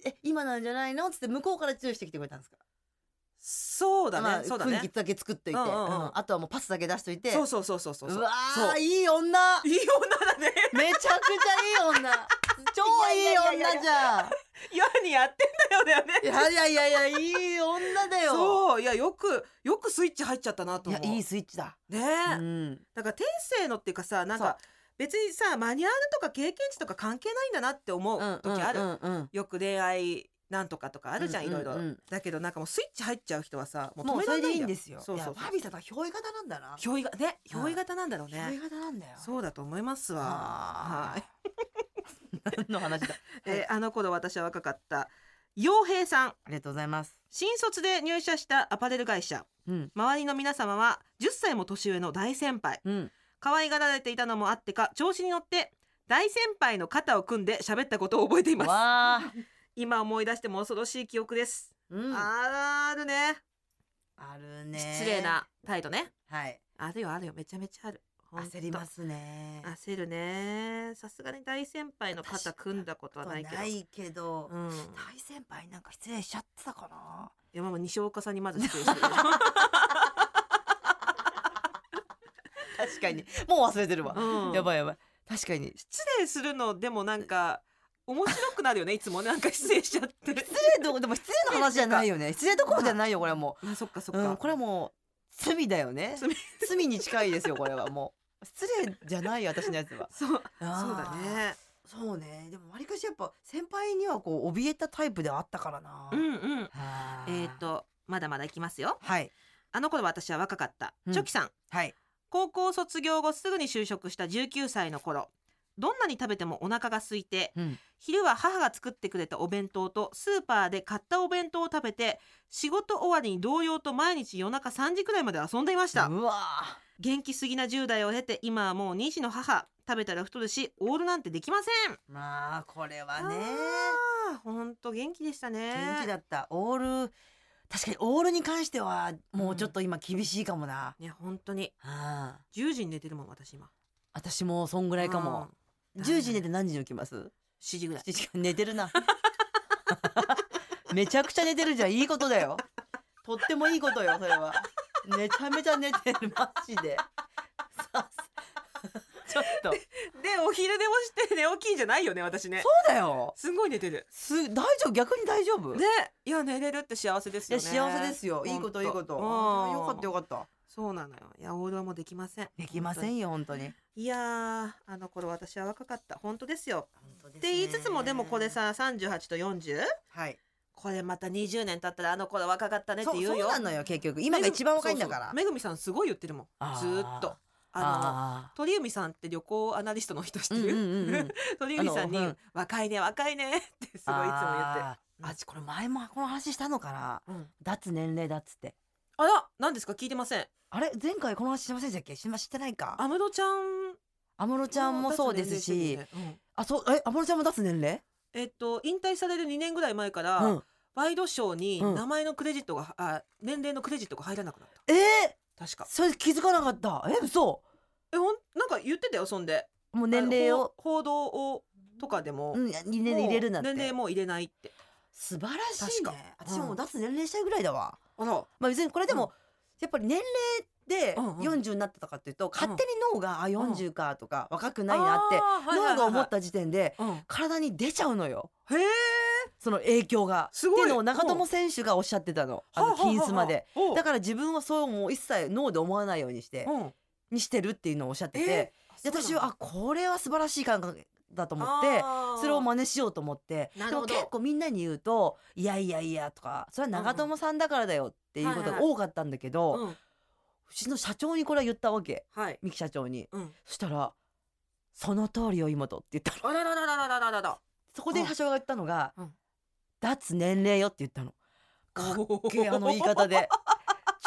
[SPEAKER 3] え今なんじゃないのつって向こうから注意してきてくれたんですか
[SPEAKER 2] そうだね、
[SPEAKER 3] まあ
[SPEAKER 2] そうだね
[SPEAKER 3] 雰囲気だけ作っといて
[SPEAKER 2] う
[SPEAKER 3] うん
[SPEAKER 2] うんうん
[SPEAKER 3] んあとはもうパスだけ出しといて
[SPEAKER 2] そうそうそうそうそうそう
[SPEAKER 3] わ
[SPEAKER 2] そ
[SPEAKER 3] ー
[SPEAKER 2] うい
[SPEAKER 3] いい女
[SPEAKER 2] い女だね
[SPEAKER 3] めちゃくちゃいい女超いい女じゃん
[SPEAKER 2] 世にやってんだよだよね
[SPEAKER 3] いやいやいやいやいい女だよ
[SPEAKER 2] そういやよくよくスイッチ入っちゃったなと
[SPEAKER 3] い
[SPEAKER 2] 思
[SPEAKER 3] や
[SPEAKER 2] う
[SPEAKER 3] いいスイッチだ
[SPEAKER 2] ね
[SPEAKER 3] う
[SPEAKER 2] え、
[SPEAKER 3] ん
[SPEAKER 2] だから天性のっていうかさなんか別にさマニュアルとか経験値とか関係ないんだなって思う時ある、
[SPEAKER 3] うんうんうん
[SPEAKER 2] よく恋愛なんとかとかあるじゃん、
[SPEAKER 3] うんうんうん
[SPEAKER 2] いろいろだけどなんかもうスイッチ入っちゃう人はさも
[SPEAKER 3] う
[SPEAKER 2] う
[SPEAKER 3] も
[SPEAKER 2] ん止
[SPEAKER 3] う
[SPEAKER 2] め
[SPEAKER 3] そ
[SPEAKER 2] ら
[SPEAKER 3] れ
[SPEAKER 2] れな
[SPEAKER 3] で
[SPEAKER 2] い
[SPEAKER 3] い
[SPEAKER 2] ん
[SPEAKER 3] い
[SPEAKER 2] だ
[SPEAKER 3] ん
[SPEAKER 2] よ
[SPEAKER 3] ですよ
[SPEAKER 2] そうそう
[SPEAKER 3] いやバービーさんは憑依型なんだな
[SPEAKER 2] 憑依がね憑依型なんだろう
[SPEAKER 3] 憑依
[SPEAKER 2] ね、
[SPEAKER 3] 型なんだよ
[SPEAKER 2] そうだと思いますわ
[SPEAKER 3] あ
[SPEAKER 2] は
[SPEAKER 3] ー
[SPEAKER 2] い、
[SPEAKER 3] 何の話だはい
[SPEAKER 2] えーあの頃私は若かった洋平さん
[SPEAKER 3] ありがとうございます
[SPEAKER 2] 新卒で入社したアパレル会社
[SPEAKER 3] うん
[SPEAKER 2] 周りの皆様は10歳も年上の大先輩
[SPEAKER 3] うん
[SPEAKER 2] 可愛がられていたのもあってか調子に乗って大先輩の肩を組んで喋ったことを覚えています
[SPEAKER 3] わ あ
[SPEAKER 2] 今思い出しても恐ろしい記憶です、
[SPEAKER 3] うんあ
[SPEAKER 2] あるね
[SPEAKER 3] るね
[SPEAKER 2] 失礼な態度ね
[SPEAKER 3] はい
[SPEAKER 2] あるよあるよめちゃめちゃあるほんと
[SPEAKER 3] 焦りますね
[SPEAKER 2] 焦るねさすがに大先輩の肩組んだことはないけど
[SPEAKER 3] ないけど
[SPEAKER 2] うん、い
[SPEAKER 3] 大先輩なんか失礼しちゃってたかな
[SPEAKER 2] やまあまあ西岡さんにまず失 礼してる
[SPEAKER 3] 確かにもう忘れてるわ
[SPEAKER 2] うん
[SPEAKER 3] やばいやばい確か に
[SPEAKER 2] 失礼するのでもなんか面白くなるよねいつもねなんか失礼しちゃってる
[SPEAKER 3] 失礼どこでも失礼の話じゃないよね失礼どころじゃないよこれはも
[SPEAKER 2] あそっかそっ
[SPEAKER 3] う、
[SPEAKER 2] か、
[SPEAKER 3] うん、これはもう罪だよね
[SPEAKER 2] 罪
[SPEAKER 3] 罪に近いですよこれはもう失礼じゃないよ私のやつは
[SPEAKER 2] そうそう
[SPEAKER 3] あー
[SPEAKER 2] だね
[SPEAKER 3] そうねでもわりかしやっぱ先輩にはこう怯えたタイプではあったからな、
[SPEAKER 2] うんうん
[SPEAKER 3] はあ
[SPEAKER 2] えっ、とまだまだいきますよ
[SPEAKER 3] はい
[SPEAKER 2] あの頃私は若かった、
[SPEAKER 3] うん
[SPEAKER 2] チョキさん
[SPEAKER 3] はい
[SPEAKER 2] 高校卒業後すぐに就職した19歳の頃どんなに食べてもお腹が空いて
[SPEAKER 3] うん
[SPEAKER 2] 昼は母が作ってくれたお弁当とスーパーで買ったお弁当を食べて仕事終わりに同様と毎日夜中3時くらいまで遊んでいました、
[SPEAKER 3] うわ
[SPEAKER 2] 元気すぎな10代を経て今はもう2児の母食べたら太るしオールなんてできません
[SPEAKER 3] まあこれはね
[SPEAKER 2] あーほんと元気でしたね
[SPEAKER 3] 元気だったオール確かにオールに関してはもうちょっと今厳しいかもな、
[SPEAKER 2] ね本当に
[SPEAKER 3] ああ
[SPEAKER 2] 10時に寝てるもん私今
[SPEAKER 3] 私もそんぐらいかも、
[SPEAKER 2] うん
[SPEAKER 3] 10時に寝て何時に起きます
[SPEAKER 2] 7時ぐらい
[SPEAKER 3] 7時間寝てるな めちゃくちゃ寝てるじゃんいいことだよとってもいいことよそれはめちゃめちゃ寝てるマジでさちょっとそう
[SPEAKER 2] でお昼寝もして寝起きんじゃないよね私ね
[SPEAKER 3] だよ
[SPEAKER 2] すんごい寝てる
[SPEAKER 3] す大丈夫逆に大丈夫、
[SPEAKER 2] でいや寝れるって幸せです
[SPEAKER 3] い
[SPEAKER 2] よ
[SPEAKER 3] や
[SPEAKER 2] ね
[SPEAKER 3] 幸せですよいいこといいことあーよかったよ
[SPEAKER 2] かっ
[SPEAKER 3] かった
[SPEAKER 2] たそうなのよいやオールはもうできません
[SPEAKER 3] できませんよ本当に本
[SPEAKER 2] いやーあの頃私は若かった本当ですよ
[SPEAKER 3] 当で
[SPEAKER 2] って言いつつもでもこれさ38と 40?
[SPEAKER 3] はい
[SPEAKER 2] これまた20年経ったらあの頃若かったねって
[SPEAKER 3] そう
[SPEAKER 2] 言うよ
[SPEAKER 3] そうなのよ結局今が一番若いんだから
[SPEAKER 2] めぐみそうそうめぐみさんすごい言ってるもん
[SPEAKER 3] あー
[SPEAKER 2] ずーっとあの
[SPEAKER 3] あ
[SPEAKER 2] 鳥海さんって旅行アナリストの人知
[SPEAKER 3] ー
[SPEAKER 2] ってる、
[SPEAKER 3] うんうんうんうん
[SPEAKER 2] 鳥海さんに
[SPEAKER 3] あのうん
[SPEAKER 2] 「若いね若いね」ってすごいいつも言って
[SPEAKER 3] あーあこれ前もこの話したのかな
[SPEAKER 2] うん
[SPEAKER 3] 脱年齢だっつって
[SPEAKER 2] あら何ですか聞いてません
[SPEAKER 3] あれ前回この話しませんでしたっけしましてないか
[SPEAKER 2] 安室ちゃん
[SPEAKER 3] 安室ちゃんもそうですし
[SPEAKER 2] 脱年齢てるよね
[SPEAKER 3] あそうえ安室ちゃんも脱年齢
[SPEAKER 2] うんえっと引退される2年ぐらい前から、
[SPEAKER 3] うん
[SPEAKER 2] ワイドショーに
[SPEAKER 3] うん
[SPEAKER 2] 名前のクレジットが、あ年齢のクレジットが入らなくなっ
[SPEAKER 3] えー
[SPEAKER 2] た確か
[SPEAKER 3] それ気づかなかったえ嘘
[SPEAKER 2] えほんなんか言ってたよそんで
[SPEAKER 3] もう年齢を
[SPEAKER 2] あの報報道をとかでも、
[SPEAKER 3] うん年齢入れるなん
[SPEAKER 2] もう年齢
[SPEAKER 3] て
[SPEAKER 2] もう入れないって
[SPEAKER 3] 素晴らしい
[SPEAKER 2] 確
[SPEAKER 3] ね
[SPEAKER 2] か
[SPEAKER 3] 私ももううん脱年齢したいぐらいだわ
[SPEAKER 2] あら
[SPEAKER 3] まあ別にこれで
[SPEAKER 2] うん
[SPEAKER 3] もやっぱり年齢で
[SPEAKER 2] うんうん
[SPEAKER 3] 40になったとかっていうと勝手に脳があ40かとか若くないなって
[SPEAKER 2] て
[SPEAKER 3] 脳が思っ、た時点で
[SPEAKER 2] うん、
[SPEAKER 3] 体に出ちゃうのよ
[SPEAKER 2] へえ
[SPEAKER 3] その影響が。
[SPEAKER 2] す
[SPEAKER 3] ってい
[SPEAKER 2] ごいう
[SPEAKER 3] のを長友選手がおっしゃってたのあの金スマで。だ
[SPEAKER 2] だか
[SPEAKER 3] から自分はそうもう一切脳で思わないようにして
[SPEAKER 2] ら、うん、
[SPEAKER 3] にしてるっていうのをおっしゃってて、
[SPEAKER 2] え
[SPEAKER 3] で私はあこれは素晴らしい感覚だと思ってそれを真似しようと思って
[SPEAKER 2] な
[SPEAKER 3] で
[SPEAKER 2] る
[SPEAKER 3] も
[SPEAKER 2] ほど
[SPEAKER 3] 結構みんなに言うと「いやいやいや」とか「それは長友さんだからだよ」っていうことが
[SPEAKER 2] はいはい
[SPEAKER 3] 多かったんだけど、う
[SPEAKER 2] うん、
[SPEAKER 3] ちの社長にこれは言ったわけ
[SPEAKER 2] はい、
[SPEAKER 3] 三木社長に。
[SPEAKER 2] うん、
[SPEAKER 3] そしたら「その通りよ妹」って言ったの。
[SPEAKER 2] あららららららららら
[SPEAKER 3] そこで社長が言ったのが
[SPEAKER 2] うん
[SPEAKER 3] 「脱年齢よ」って言ったの。かっ
[SPEAKER 2] っ
[SPEAKER 3] けえあの言い方で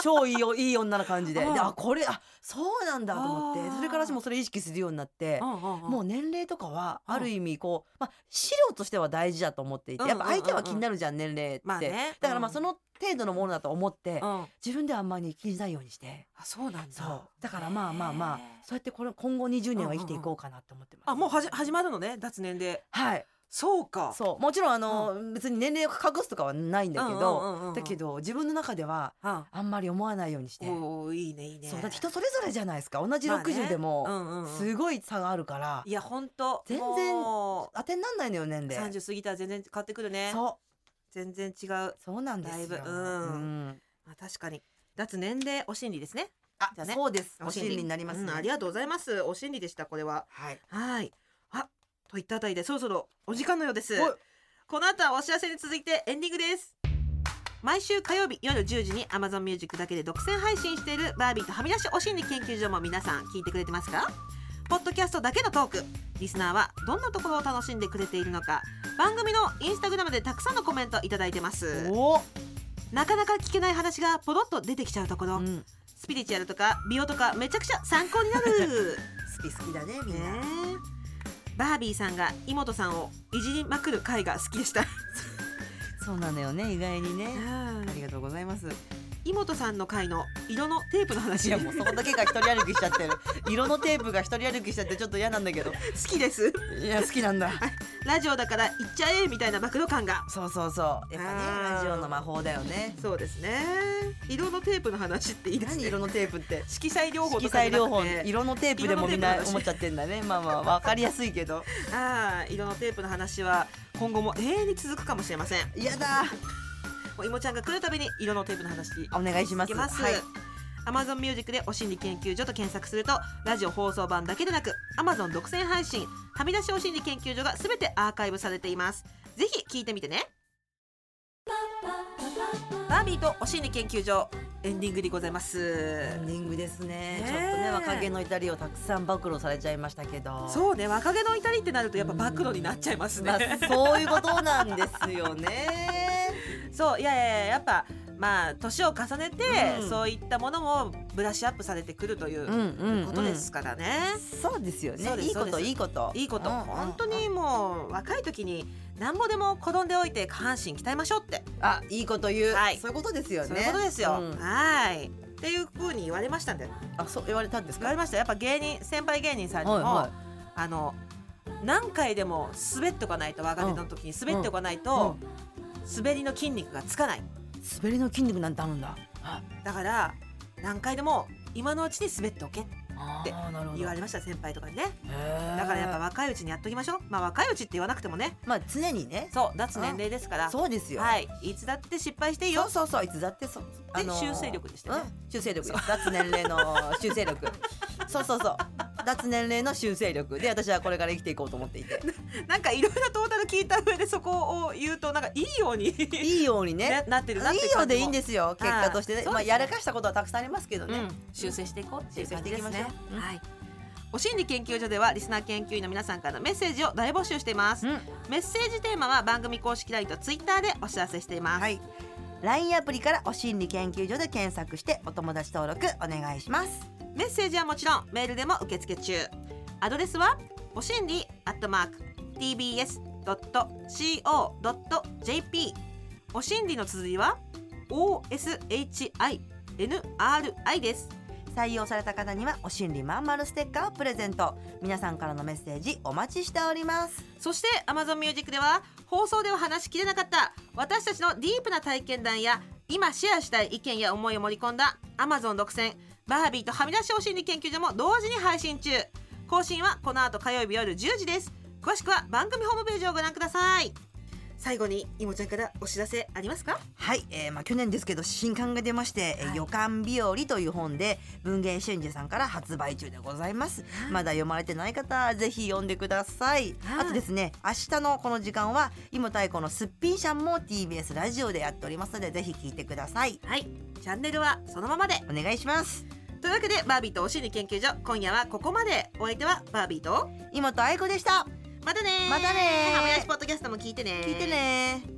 [SPEAKER 3] 超いいよいい女な感じでで
[SPEAKER 2] うん
[SPEAKER 3] あこれあそうなんだと思っ
[SPEAKER 2] あ
[SPEAKER 3] て
[SPEAKER 2] ー
[SPEAKER 3] それから私もそれ意識するようになって
[SPEAKER 2] うんうんうん、
[SPEAKER 3] もう年齢とかはある意味こう、まあ、資料としては大事だと思っていて
[SPEAKER 2] うん
[SPEAKER 3] やっぱ相手は気になるじゃん年齢って、
[SPEAKER 2] まあね
[SPEAKER 3] だからまあ
[SPEAKER 2] うん
[SPEAKER 3] その程度のものだと思って、
[SPEAKER 2] うん、あ
[SPEAKER 3] 自分ではあんまり気にしないようにして
[SPEAKER 2] そうなんだ
[SPEAKER 3] そうだからまあまあまあ
[SPEAKER 2] へえ
[SPEAKER 3] そうやってこれ今後20年は生きていこうかなって思ってます。
[SPEAKER 2] あもうはじ始まるのね脱年で
[SPEAKER 3] はい
[SPEAKER 2] そうか
[SPEAKER 3] そうもちろんあの、別に年齢を隠すとかはないんだけど、
[SPEAKER 2] うんうんうんうん
[SPEAKER 3] だけど自分の中では
[SPEAKER 2] あ
[SPEAKER 3] あんまり思わないようにして。
[SPEAKER 2] おーいいねいいね
[SPEAKER 3] そうだって人それぞれじゃないですか同じ60で
[SPEAKER 2] ま
[SPEAKER 3] も
[SPEAKER 2] あねうんうんうん
[SPEAKER 3] すごい差があるから
[SPEAKER 2] いや本当
[SPEAKER 3] 全然
[SPEAKER 2] も
[SPEAKER 3] 当てになんないのよ年
[SPEAKER 2] う
[SPEAKER 3] 齢
[SPEAKER 2] 30過ぎたら全然変わってくるね
[SPEAKER 3] そう
[SPEAKER 2] 全然違う、ま
[SPEAKER 3] そうなんです
[SPEAKER 2] だ
[SPEAKER 3] よ
[SPEAKER 2] いぶうん
[SPEAKER 3] ん
[SPEAKER 2] あ、確かに脱年齢お心理ですね
[SPEAKER 3] あ
[SPEAKER 2] じゃあね
[SPEAKER 3] そうですお心理になります
[SPEAKER 2] う
[SPEAKER 3] ね
[SPEAKER 2] んありがとうございますお心理でしたこれは
[SPEAKER 3] はい
[SPEAKER 2] はいあといったあたりでそろそろお時間のようです
[SPEAKER 3] おい
[SPEAKER 2] この後はお知らせに続いてエンディングです毎週火曜日夜10時に Amazon Music だけで独占配信しているバービーとはみ出しお心理研究所も皆さん聞いてくれてますかポッドキャストだけのトークリスナーはどんなところを楽しんでくれているのか番組のインスタグラムでたくさんのコメントいただいてます
[SPEAKER 3] お
[SPEAKER 2] なかなか聞けない話がポロッと出てきちゃうところ、
[SPEAKER 3] うん
[SPEAKER 2] スピリチュアルとか美容とかめちゃくちゃ参考にな る
[SPEAKER 3] 好き好きだねみん
[SPEAKER 2] ね
[SPEAKER 3] な
[SPEAKER 2] えバービーさんが妹さんをいじりまくる回が好きでした
[SPEAKER 3] そうなのよね意外にねありがとうございます
[SPEAKER 2] 妹さんの回の色のテープの話
[SPEAKER 3] いやもうそこだけが一人歩きしちゃってる 色のテープが一人歩きしちゃってちょっと嫌なんだけど
[SPEAKER 2] 好きです
[SPEAKER 3] いや好きなんだ
[SPEAKER 2] ラジオだから言っちゃえみたいな暴露感が
[SPEAKER 3] そうそうそうやっぱ
[SPEAKER 2] あ
[SPEAKER 3] ね
[SPEAKER 2] ー
[SPEAKER 3] ラジオの魔法だよね
[SPEAKER 2] そうですね色のテープの話っていいです
[SPEAKER 3] 何
[SPEAKER 2] ね
[SPEAKER 3] 色のテープって
[SPEAKER 2] 色彩療法
[SPEAKER 3] 色
[SPEAKER 2] とか
[SPEAKER 3] 彩
[SPEAKER 2] じゃ
[SPEAKER 3] 療
[SPEAKER 2] なく
[SPEAKER 3] 法
[SPEAKER 2] て
[SPEAKER 3] 色のテープでもみんな
[SPEAKER 2] 色のテープの話
[SPEAKER 3] 思っちゃってんだね まあまあわかりやすいけど
[SPEAKER 2] ああ色のテープの話は今後も永遠に続くかもしれません
[SPEAKER 3] やだ
[SPEAKER 2] もういもちゃんが来るたびに色のテープの話
[SPEAKER 3] お願いします
[SPEAKER 2] 続けます、
[SPEAKER 3] はい
[SPEAKER 2] Amazon Music で「お心理研究所」と検索するとラジオ放送版だけでなく Amazon 独占配信「はみ出しお心理研究所」が全てアーカイブされていますぜひ聞いてみてねバービーとお心理研究所エンディングでございます
[SPEAKER 3] エンディングですね
[SPEAKER 2] ねえ
[SPEAKER 3] ちょっとね若気の至りをたくさん暴露されちゃいましたけど
[SPEAKER 2] そうね若気の至りってなるとやっぱ暴露になっちゃいますね、
[SPEAKER 3] まあ、そういうことなんですよね
[SPEAKER 2] そういやいやいややっぱまあ年を重ねて、
[SPEAKER 3] うん
[SPEAKER 2] そういったものもブラッシュアップされてくるという
[SPEAKER 3] うんうんうん
[SPEAKER 2] ことですからね、
[SPEAKER 3] そうですよね
[SPEAKER 2] そうです
[SPEAKER 3] いいこ
[SPEAKER 2] そ
[SPEAKER 3] と
[SPEAKER 2] うです
[SPEAKER 3] いいこと
[SPEAKER 2] いいこと、
[SPEAKER 3] うんうん
[SPEAKER 2] 本当にもう若い時になんぼでも転んでおいて下半身鍛えましょうって、
[SPEAKER 3] あいいこと言う、
[SPEAKER 2] はい
[SPEAKER 3] そういうことですよね
[SPEAKER 2] そういうことですよ、
[SPEAKER 3] うん
[SPEAKER 2] はいっていうふうに言われましたんで
[SPEAKER 3] あそう言われたんです
[SPEAKER 2] 言
[SPEAKER 3] か
[SPEAKER 2] われましたやっぱ芸人先輩芸人さんにも、
[SPEAKER 3] はいは
[SPEAKER 2] あの何回でも滑っておかないと若手の時に滑っておかないと、滑りの筋肉がつかない
[SPEAKER 3] 滑りの筋肉なんてあるんだ
[SPEAKER 2] だから何回でも今のうちに滑っておけって
[SPEAKER 3] あ
[SPEAKER 2] で
[SPEAKER 3] ーなるほど
[SPEAKER 2] 言われました先輩とかにねだ
[SPEAKER 3] だ
[SPEAKER 2] からやっぱ若いうちにやっときましょうまあ若いうちって言わなくてもね
[SPEAKER 3] まあ常にね
[SPEAKER 2] そう脱年齢ですから
[SPEAKER 3] そうですよ、
[SPEAKER 2] はいいつだって失敗していい
[SPEAKER 3] そ
[SPEAKER 2] よ
[SPEAKER 3] うそうそういつだってそう、
[SPEAKER 2] 修正力でしたよね
[SPEAKER 3] うん修正力です脱年齢 の修正力そうそうそう脱年齢の修正力で私はこれから生きていこうと思っていて
[SPEAKER 2] なんかいろいろトータル聞いた上でそこを言うとなんかいいように
[SPEAKER 3] いいようにね
[SPEAKER 2] ななって
[SPEAKER 3] いい
[SPEAKER 2] るなって
[SPEAKER 3] ようでいいんですよ結果としてね
[SPEAKER 2] そうですね
[SPEAKER 3] まあやらかしたことはたくさんありますけど
[SPEAKER 2] う
[SPEAKER 3] ね、
[SPEAKER 2] ん、修正していこうっていう感じです
[SPEAKER 3] 修正
[SPEAKER 2] ね
[SPEAKER 3] していきましょううん
[SPEAKER 2] はいお心理研究所ではリスナー研究員の皆さんからのメッセージを大募集しています
[SPEAKER 3] うん
[SPEAKER 2] メッセージテーマは番組公式 LINE と Twitter でお知らせしています、
[SPEAKER 3] はい LINE アプリからお心理研究所で検索してお友達登録お願いします
[SPEAKER 2] メッセージはもちろんメールでも受付中アドレスはおしんりアットマーク tbs.co.jp おしんりの綴りは oshinri です
[SPEAKER 3] 採用された方にはお心理まんまるステッカーをプレゼント皆さんからのメッセージお待ちしております
[SPEAKER 2] そして Amazon Music では放送では話しきれなかった私たちのディープな体験談や今シェアしたい意見や思いを盛り込んだ Amazon 独占バービーとはみ出しお心理研究所も同時に配信中更新はこの後火曜日夜10時です詳しくは番組ホームページをご覧ください最後にいもちゃんからお知らせありますか
[SPEAKER 3] はい、えーまあ、去年ですけど新刊が出まして「えー
[SPEAKER 2] はい
[SPEAKER 3] 予感日和」という本で文芸春秋さんから発売中でございます、まだ読まれてない方ぜひ読んでください、
[SPEAKER 2] はい
[SPEAKER 3] あとですね明日のこの時間は「芋太鼓のすっぴんシャン」も TBS ラジオでやっておりますのでぜひ聞いてください
[SPEAKER 2] はいチャンネルはそのままで
[SPEAKER 3] お願いします
[SPEAKER 2] というわけでバービーとお心理研究所今夜はここまでお相手はバービーと
[SPEAKER 3] 妹愛子でした
[SPEAKER 2] またねー
[SPEAKER 3] またねー
[SPEAKER 2] はみ出しポッドキャストも聞いてねー
[SPEAKER 3] 聞いてね